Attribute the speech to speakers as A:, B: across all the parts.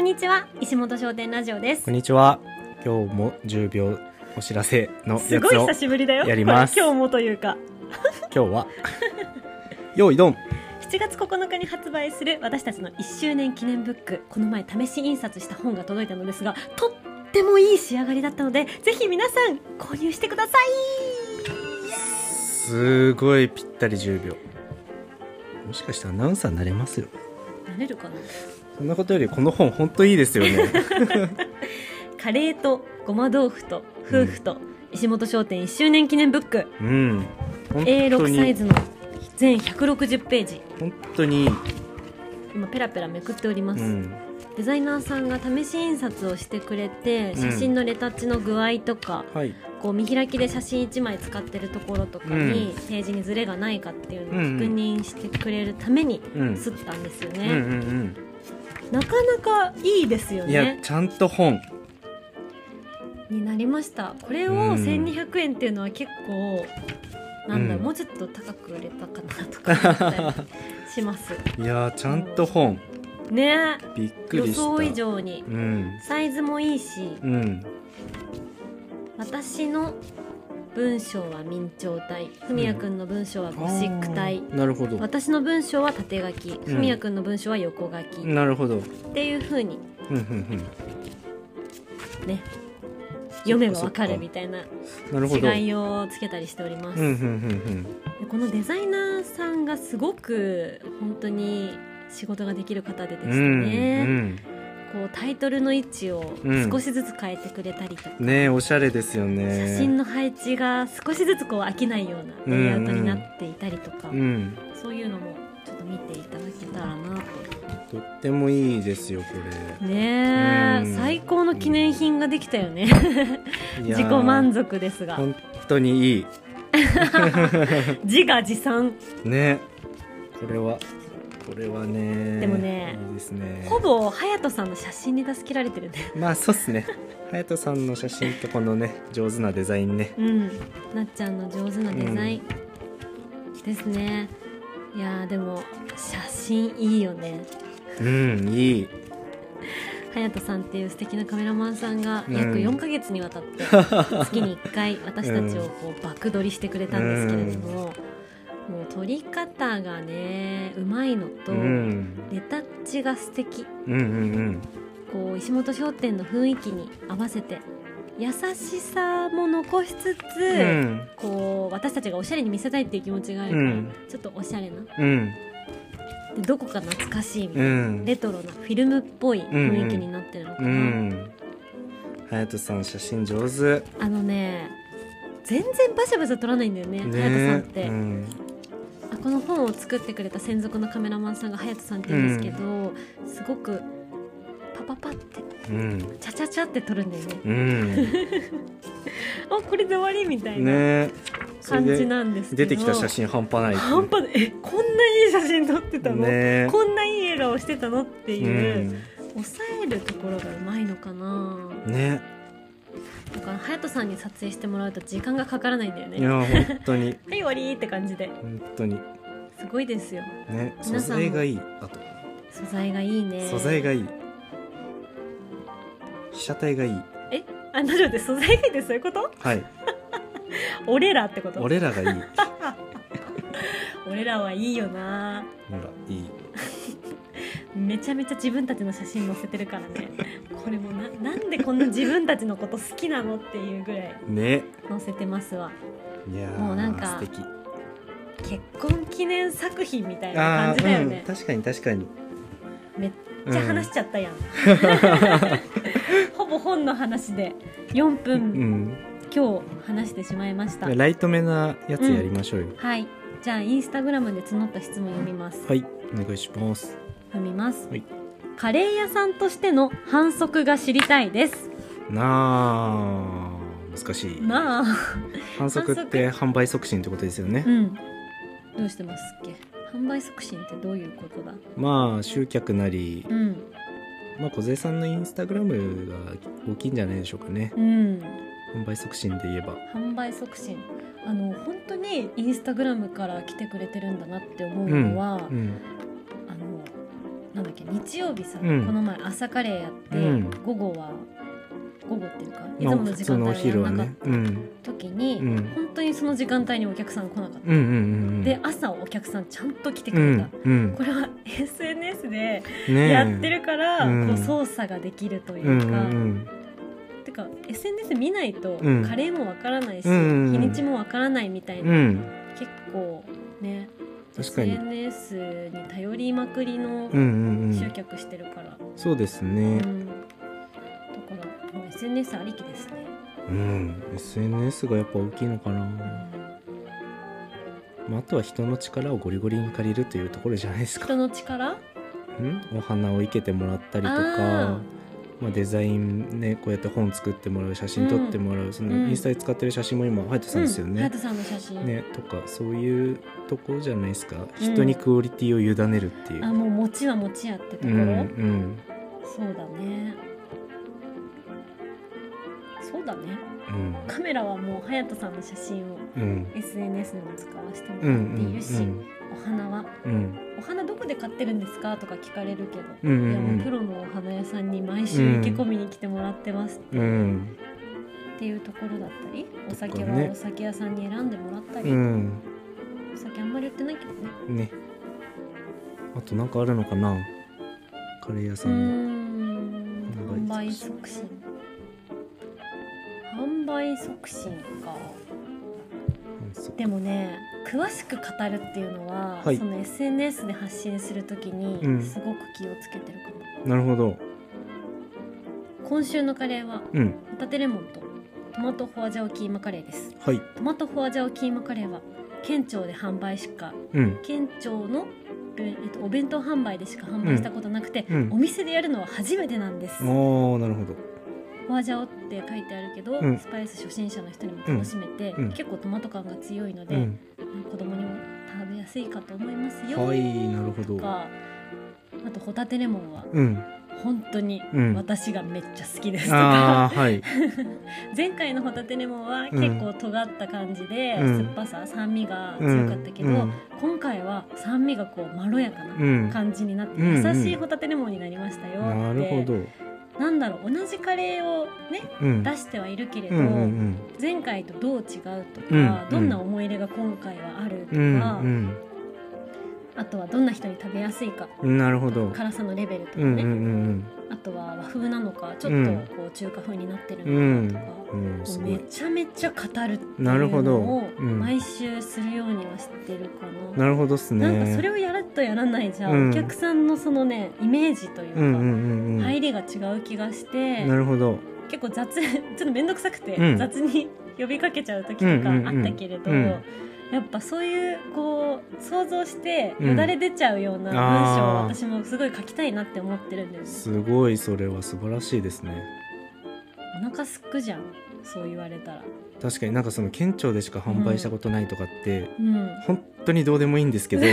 A: にちは石本商店ラジオです
B: こんにちは。今日も10秒お知らせの
A: す
B: や
A: ごい
B: つを
A: 久しぶりだよ
B: やります
A: これ今日もというか
B: 今日は用意ドン
A: 7月9日に発売する私たちの1周年記念ブックこの前試し印刷した本が届いたのですがとってもいい仕上がりだったのでぜひ皆さん購入してくださ
B: すごいぴったり10秒もしかしてアナウンサーになれますよ
A: いなれるかな
B: そんなことよりこの本本当いいです よね
A: カレーとごま豆腐と夫婦と石本商店1周年記念ブック、
B: うん本当
A: A6 サイ
B: に
A: ズの全160ページ
B: 本当に
A: 今ペラペラめくっておりま
B: う
A: す、
B: ん
A: デザイナーさんが試し印刷をしてくれて
B: うん
A: 写真のレタッチの具合とか、
B: はい
A: こう見開きで写真1枚使ってるところとかに、ページにズレがないかっていうのを確認してくれるために
B: うん
A: 刷ったんですよ
B: うんう
A: ね、
B: ん
A: なかなかいいですよ
B: うんいや
A: ね
B: ちゃんと 本
A: になりましたこれを
B: うん
A: 1200円っていうのは結構なんだろう、
B: うん
A: もうちょっと高く売れたかなとか思ったりします
B: いやちゃんと本
A: ね
B: びっく
A: 予
B: りした
A: 想以上に
B: うん
A: サイズもいいし
B: うん
A: 私の文章は明朝体ふみやくんの文章はゴシック体、
B: あーなるほど
A: 私の文章は縦書きふみやくんの文章は横書き、っ
B: なるほどうん
A: ていう風に
B: うん
A: ね読めばわか
B: そっかそっ
A: る
B: か
A: みたいな
B: うんなるほど
A: 違いをつけたりしております、
B: うんうんうん
A: でこのデザイナーさんがすごく本当に仕事ができる方でで
B: うん
A: す
B: う
A: ね、
B: ん
A: こうタイトルの位置を
B: うん
A: 少しずつ変えてくれたりとか、
B: うんねえおしゃれですよね
A: 写真の配置が少しずつこう飽きないようなレイアウトになっていたりとか、
B: うん
A: そういうのもちょっと見ていただけたらなと
B: とってもいいですよこ
A: ねえ、
B: うん
A: 最高の記念品ができたよね
B: れ
A: 自己満
B: 足
A: 足ですが
B: 本当にいい
A: 自画自賛
B: ねこれはこれはね
A: でもね
B: いいですね
A: ほぼ隼人さんの写真に助けられてるね
B: まあそうっすね隼人さんの写真とこのね上手なデザインね
A: うんなっちゃんの上手なデザイン、ですねいやーでも写真いいよね
B: うんいい
A: 隼人さんっていう素敵なカメラマンさんが
B: うん
A: 約4ヶ月にわたって 月に1回私たちをこう爆撮りしてくれたんですけれども、もう撮り方がねうまいのと、
B: うん
A: レタッチが素敵
B: うんうん
A: こう石本商店の雰囲気に合わせて優しさも残しつつ、
B: うんうん
A: こう私たちがおしゃれに見せたいっていう気持ちがあるから、
B: うん
A: ちょっとおしゃれな
B: うん
A: でどこか懐かしいみた
B: う
A: いな、
B: ん
A: レトロなフィルムっぽい雰囲気になってるのかな、
B: うん隼人さん写真上手
A: あのね全然バシャバシャ撮らないんだよね隼人さんって、
B: うん
A: あこの本を作ってくれた専属のカメラマンさんが隼人さんって言うんですけど、すごくパパパって
B: うん
A: チャチャチャって撮るんだよね
B: うん
A: あこれで終わりみたいな
B: ねそれ
A: 感
B: で
A: じなんですけど
B: 出てきた写真半端ない
A: 半端ないえこんないい写真撮ってたの、
B: ね
A: こんないい笑顔してたのって
B: う
A: いう、
B: ん
A: 抑えるところがうまいのかな
B: ね
A: だから隼人さんに撮影してもらうと時間がかからないんだよ
B: い
A: ねは
B: や本当に
A: い終わりって感じで
B: 本当に
A: すごいですよ
B: ね
A: 皆さん
B: 素
A: も
B: 材がいいあと
A: 素材がいいね
B: 素材がいい被写体がいい
A: えあなので素材がいいってそういうこと
B: はい
A: 俺らってこと俺
B: 俺ら がいいほ
A: らはいいよな
B: らいい
A: めちゃめちゃ自分たちの写真載せてるからねこれもななんでこんな自分たちのこと好きなのっていうぐらい
B: ね
A: 載せてますわ
B: いやー
A: もうなんか
B: 素敵
A: 結婚記念作品みたいな感
B: あ
A: じだ
B: ー
A: よ
B: うん
A: ね、
B: 確かに確かに
A: めっじゃあ話しちゃったやん、ほぼ本の話で4分、
B: うんうん
A: 今日話してしまいました
B: ライトめなやつやりましょうよ
A: はいじゃあインスタグラムで募った質問を読みます、
B: はいお願いします
A: 読みます、
B: はい
A: カレー屋さんとしての反則が知りたいです
B: なあ難しい
A: まあ
B: 反則って販売促進ってことですよね
A: うんどうしてますっけ販売促進ってどういうことだ
B: まあ集客なり、
A: うん
B: まあ、小杉さんのインスタグラムが大きいんじゃないでしょうかね
A: うん
B: 販売促進で言えば
A: 販売促進あの本当にインスタグラムから来てくれてるんだなって思うのは、
B: うん
A: あのなんだっけ日曜日さ、
B: うん
A: この前朝カレーやって、
B: うん
A: 午後は午後っていうかいつ
B: まあ
A: もの時
B: 普通
A: 間
B: のお
A: 帯や
B: 昼は
A: らなか
B: ね
A: っ
B: うんうん
A: た時に、
B: うん
A: 本当にその時間帯にお客さん来なかった、
B: うんうん
A: で朝お客さんちゃんと来てく
B: う
A: れ
B: ん
A: た、
B: うん
A: これは SNS で
B: ねえ
A: やってるから、
B: うん
A: こう操作ができるといううんか、
B: うん
A: てか SNS 見ないと
B: うん
A: カレーもわからないし、
B: うんうんうん
A: 日にちもわからないみたい
B: うんう
A: な、
B: ん
A: 結構ね
B: 確かに
A: SNS に頼りまくりの
B: うんうんう
A: 集
B: ん
A: 客してるから、
B: そうです
A: うん
B: ね
A: だからもう SNS ありきですね、
B: うん、SNS がやっぱ大きいのかな、まあ、あとは人の力をゴリゴリに借りるというところじゃないですか
A: 人の力
B: んお花を生けてもらったりとか
A: あ
B: まあ、デザインねこうやって本作ってもらう写真撮ってもらう、その
A: うん
B: インスタで使ってる写真も今ハヤト
A: ー
B: さんですよ
A: うん、ハ
B: ね
A: ヤト、さんの写真、
B: ねとかそういうところじゃないですか
A: うん
B: 人にクオリティを委ねるっていう、
A: あもう餅は餅やってとこ
B: う
A: ろ、
B: んうん
A: そうだねそうだね
B: うん
A: カメラはもう隼人さんの写真を
B: うん
A: SNS でも使わせても
B: うんう
A: らっているし、
B: ん
A: お花は
B: うんうん
A: 「お花どこで買ってるんですか?」とか聞かれるけど、
B: うんうん
A: いやもうプロのお花屋さんに毎週受け込みに来てもらってますって,、
B: うん
A: いうところだったりお
B: と
A: 酒
B: かね
A: はお酒屋さんに選んでもらったり、
B: うん
A: お酒あんまり売ってないけどね
B: ねあとなんかあるのかなカレー屋
A: う
B: さ
A: ー
B: んの
A: ん販売促進販売促進か
B: うんそう
A: でもね詳しく語るっていうのは、
B: はい
A: その SNS で発信するとき
B: うん
A: にすごく気をつけてるかも、
B: なるほど
A: 今週のカレーは
B: うん
A: ホタテレモンとトマトホアジャオキーマカレーです
B: はい
A: トマトホアジャオキーマカレーは県庁で販売しか
B: うん
A: 県庁の、えっと、お弁当販売でしか販売したことなくて、
B: うん
A: お店でやるのは初めてなんです、
B: おーなるほど
A: ホアジャオって書いてあるけど、
B: うん
A: スパイス初心者の人にも楽しめて、
B: うんうん
A: 結構トマト感が強いの
B: う
A: で、
B: ん
A: 子供にも食べやすいかと思いますよ、
B: はいなるほど
A: とかあとホタテレモンは
B: うん
A: 本当に
B: うん
A: 私がめっちゃ好き ですとか、
B: ああーはい
A: 前回のホタテレモンは
B: うん
A: 結構尖った感じで、
B: うん
A: 酸っぱさ酸味が強かったけど、
B: うん
A: 今回は酸味がこうまろやか
B: う
A: なん感じになって、
B: うん
A: 優しいホタテレモンになりましたよって、
B: なるほど
A: なんだろう同じカレーをね
B: うん
A: 出してはいるけれ
B: う
A: ど、
B: んうん
A: 前回とどう違うとか、
B: うん
A: どんな思い入れが今回はあるとか、
B: うんうん
A: あとはどんな人に食べやすいか
B: うんなるほど
A: 辛さのレベルとか
B: う
A: ね、
B: んうん
A: あとは和風なのかちょ
B: う
A: っと
B: ん
A: こう中華風になってる
B: うんうん
A: のかとか。
B: うんすご
A: め
B: い
A: ちゃめちゃ語るってい
B: なるほ
A: う
B: ど
A: のを
B: うん
A: 毎週するようにはしてるかな。
B: なるほどっすね
A: なんかそれをやるとやらないじゃ、
B: うん
A: お客さんのそのねイメージというか、
B: うんうんうんうん
A: 入りが違う気がして
B: なるほど
A: 結構雑 ちょっと面倒くさくて、
B: うん
A: 雑に呼びかけちゃう時とかあったけれど、
B: うんうんうんうん
A: やっぱそういうこう想像して
B: うん
A: よだれ出ちゃうような文章を
B: あー
A: 私もすごい書きたいなって思ってるんだよね。
B: すごいそれは素晴らしいですね
A: お腹すくじゃんそう言われたら。
B: 確かになんかその県庁でしか販売したことないとかって、
A: うん
B: 本当にどうでもいいんですけ ど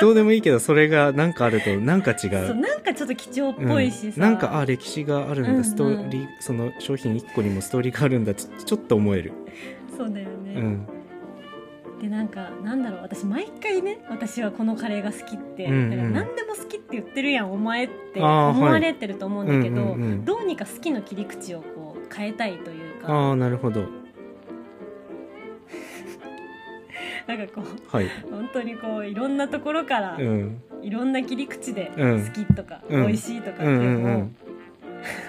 B: どうでもいいけどそれがなんかあるとなんか違
A: そう
B: う。
A: なんかちょっと貴重っ
B: うん
A: ぽいしさ、
B: なんかあ歴史があるんだ、
A: うんうん
B: ストーリーその商品1個にもストーリーがあるんだちちょっと思える、
A: そうだよ
B: う
A: ね、
B: ん、
A: でなんかなんだろう私毎回ね私はこのカレーが好きって、
B: うんうん
A: だから何でも好きって言ってるやんお前って
B: あー
A: 思われてると思うんだけど、
B: はいうんうんうん
A: どうにか好きの切り口をこう変えたいという
B: あ
A: か
B: あなるほど
A: なんかこう
B: はい、
A: 本当にこういろんなところから、
B: うん、
A: いろんな切り口で
B: うん
A: 好きとか、
B: うん
A: 美味しいとかって
B: う
A: い
B: んう
A: うん
B: う
A: のを、
B: ん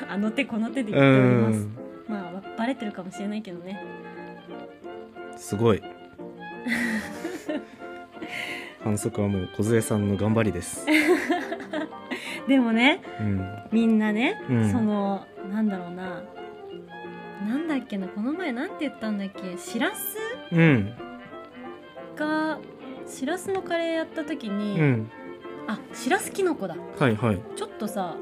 A: あの手この手で言
B: う
A: っております、
B: ん
A: まあバレてるかもしれないけどね
B: すごい 反則はもう梢さんの頑張りです、
A: でもね
B: うん、
A: みんなね、
B: うん
A: そのなんだろうななんだっけなこの前なんて言ったんだっけしらす
B: うん
A: がしらすのカレーやった時
B: う
A: に、
B: ん
A: あしらすきのこだ
B: はいはい
A: ちょっとさ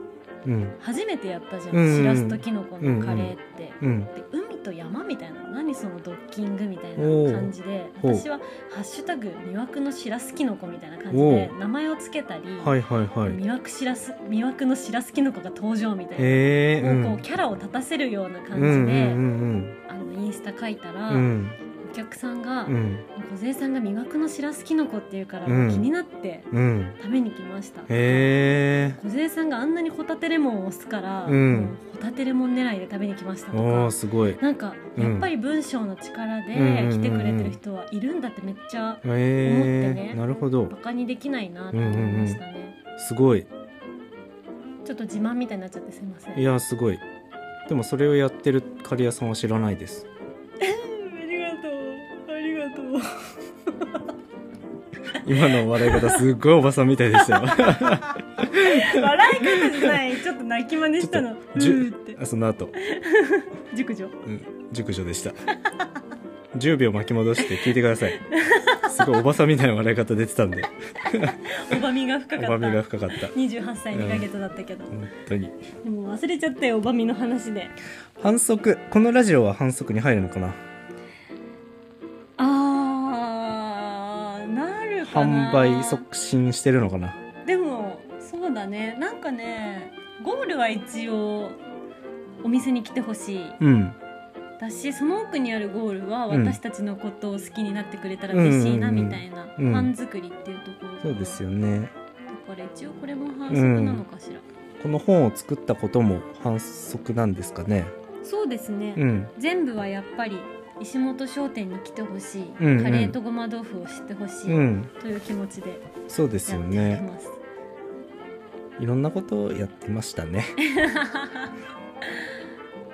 B: うん
A: 初めてやったじゃん、
B: うんうん
A: しらすときのこのカレーって、
B: うん
A: で海と山みたいな何そのドッキングみたい
B: お
A: な
B: う
A: 感じで
B: ほう
A: 私は「ハッシュタグ魅惑のしらすきのこ」みたいな感じ
B: お
A: で
B: う
A: 名前をつけたり、
B: はいはいはい
A: 魅惑しらす魅惑のしらすきのこが登場みたいな、
B: えー、
A: もうこうキャラを立たせるような感じで、
B: うんうん
A: あのインスタ書いたら、
B: うんうん
A: お客さんが
B: うん
A: 小杉さんが魅惑のしらすきのこっていうから、
B: うん
A: 気になって
B: うん
A: 食べに来ました
B: へえ
A: 小杉さんがあんなにホタテレモンを推すから、
B: うん
A: もうホタテレモン狙いで食べに来ましたと
B: お
A: か
B: ーすごいへ
A: なんか
B: うん
A: やっぱり文章の力で
B: うん
A: 来てくれてる人はいるんだってめっちゃ
B: え
A: ね
B: なるほど
A: バカにできないなって思いましたね、
B: すごい
A: ちょっと自慢みたいになっちゃってすいません
B: いやすごいでもそれをやってるカレー屋さんは知らないです
A: ありがとうありがとう
B: 今の笑い方すっごいおばさんみたいで したよ
A: 笑い方じゃないちょっと泣き真似したのう
B: ちょっとじゅ
A: ーって
B: あその後、
A: 熟女
B: うん、熟女でした10秒巻き戻して聞いてくださいすごいおばさんみたいな笑い方出てたんで
A: おばみが深かった
B: おばみが深かった
A: 28歳2ヶ月だったけど、
B: 本当に
A: でも忘れちゃったよおばみの話で
B: 反則このラジオは反則に入るのかな
A: あーなるかな
B: 販売促進してるのかな
A: でもそうだねなんかねゴールは一応お店に来てほしい
B: うん
A: だしその奥にあるゴールは
B: うん
A: 私たちのことを好きになってくれたら嬉しいな
B: うんうんうん
A: みたいな、
B: うん
A: ファン作りっていうところ
B: そうです
A: よ
B: よね
A: だから一応これも反則なのかしら、
B: この本を作ったことも反則なんですかね
A: そうですね、
B: うん
A: 全部はやっぱり石本商店に来てほしい、
B: うんうん
A: カレーとごま豆腐を知ってほしい、
B: うん
A: という気持ちでや
B: そうで
A: っ
B: す
A: て
B: よ
A: いき
B: ね
A: ます、
B: いろんなことをやってましたね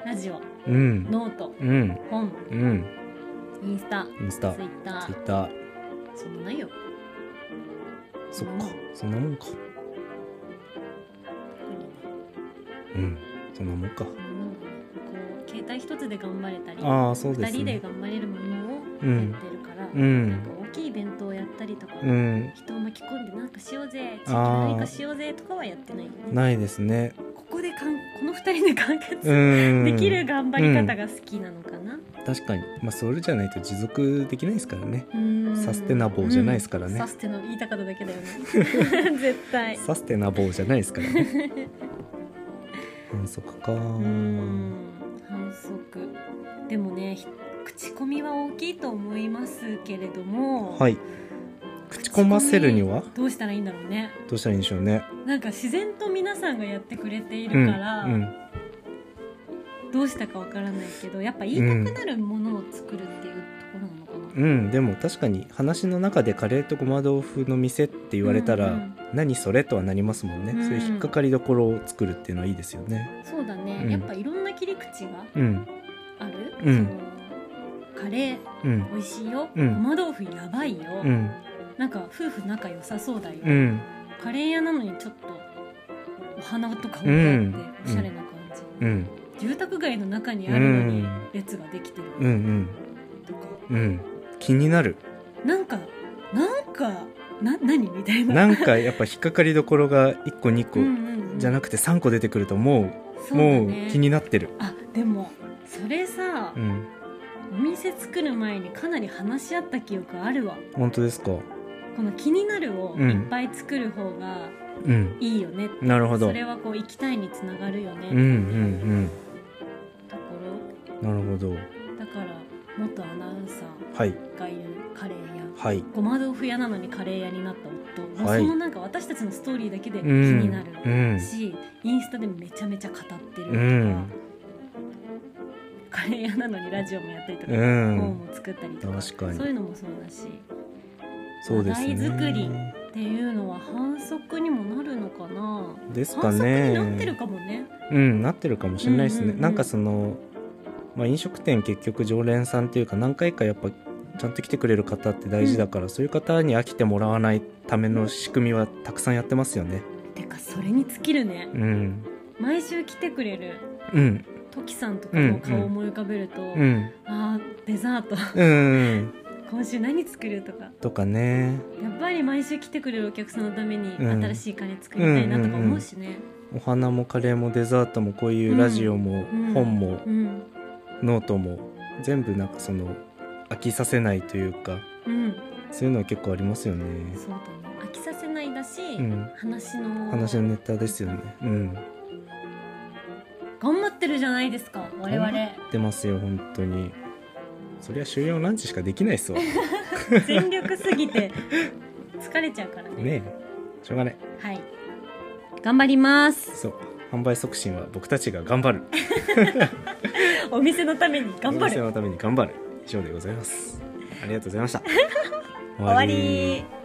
A: ラジオ
B: うん
A: ノート
B: うん
A: 本
B: うん
A: インスタ
B: インスタ
A: ツ
B: ツ
A: イ
B: イ
A: ッター
B: ッター
A: そんなないよ
B: そっかそんなもんかうんそんなもんか
A: こう携帯一つで頑張れたり
B: ああそう
A: 二
B: です
A: 人で
B: ね
A: 頑張れるものを
B: う
A: やって
B: ん
A: るから、
B: う
A: なんか
B: ん
A: 大きいイベントをやったりとか、
B: うん
A: 人を巻き込んでなんかしようぜ地域
B: あー
A: 何かしようぜとかはやってないよね
B: ないですね
A: ここでかんこの二人で完結、
B: うん
A: できる頑張り方が好きなのかな、
B: 確かにまあそれじゃないと持続できないですからね
A: うん
B: サステナボーじゃないですからね
A: うんサステナ言いたかっただけだよね 絶対
B: サステナボーじゃないですからね 反則か
A: うん反則でもねひ口コミは大きいと思いますけれども、
B: はい口コませるには
A: どうしたらいいんだろうね
B: どうしたらいいんでしょうね
A: なんか自然と皆さんがやってくれてい
B: うん
A: るから、
B: うん
A: どうしたかわからないけどやっぱ言いたくなるものを作るっていうところなのかな、
B: うんでも確かに話の中でカレーとごま豆腐の店って言われたら、
A: うんうん
B: 何それとはなりますもんね、
A: うん
B: そういう引っかかりどころを作るっていうのはいいですよね
A: そうだね、
B: うん
A: やっぱいろんな切り口が
B: うん
A: ある、
B: うん
A: そのカレー
B: うん
A: 美味しいよ、
B: うん
A: ごま豆腐やばいよ、
B: うん
A: なんか夫婦仲良さそうだよ、
B: うん
A: カレー屋なのにちょっとお花とかもあって
B: うん
A: おしゃれな感じ、
B: うん
A: 住宅街の中に
B: う
A: あるのに
B: ん
A: 列ができてる
B: うんうん
A: とか、
B: うん気になる
A: なんかなんかな何みたいな
B: なんかやっぱ引っかかりどころが1個2個、じゃな
A: く
B: くて3個出てくるともう、もう気になってる
A: あでもそれさ、
B: うん
A: お店作る前にかなり話し合った記憶あるわ
B: 本当ですか
A: この「気になる」を
B: うん
A: いっぱい作る方が
B: うん
A: いいよね、
B: なるほど
A: それはこう行きたいにつながるよね、
B: うんうん
A: ところ
B: うんなるほど
A: だから元アナウンサ
B: はい
A: ーがいるカレー屋
B: はい
A: ごま豆腐屋なのにカレー屋になった夫、もう
B: はい
A: そのなんか私たちのストーリーだけで気
B: うん
A: になる
B: うん
A: し、インスタでめちゃめちゃ語ってると
B: う
A: か、
B: ん
A: カレー屋なのにラジオもやったりとか、
B: うん
A: 本を作ったりとか
B: 確かに
A: そういうのもそうだし
B: そうです
A: 話
B: ね
A: 題作りっていうのは反則にもなるのかな
B: ですか
A: 反則に
B: ね
A: なってるかもね
B: うんなってるかもしれないですね、
A: うんうんうん
B: なんかその、まあ、飲食店結局常連さんっていうか何回かやっぱちゃんと来てくれる方って大事だから、そういう方に飽きてもらわないための仕組みはたくさんやってますよね
A: てかそれに尽きるね
B: うん
A: 毎週来てくれる
B: うん
A: トキさんとかの顔を思い浮かべると、
B: うん
A: あーデザート
B: うん
A: 今週何作るとか
B: とかね
A: やっぱり毎週来てくれるお客さんのために
B: うん
A: 新しいカレー作りたいなとか思うしね
B: お花もカレーもデザートもこういうラジオも
A: うん
B: 本も
A: うん
B: ノートも全部なんかその飽きさせないというか
A: うん
B: そういうのは結構ありますよね
A: そうだね飽きさせないだし、
B: うん
A: 話の
B: 話のネタですよねうん
A: 頑張ってるじゃないですか我々
B: 頑張ってますよ本当にそりゃ終了ランチしかできない っすわね
A: 全力すぎて疲れちゃうからね
B: えしょうがない
A: はい頑張ります
B: そう販売促進は僕たちが頑張る
A: お店のために頑張
B: お店
A: る
B: のために頑張る以上でございますありがとうございました終
A: 終わり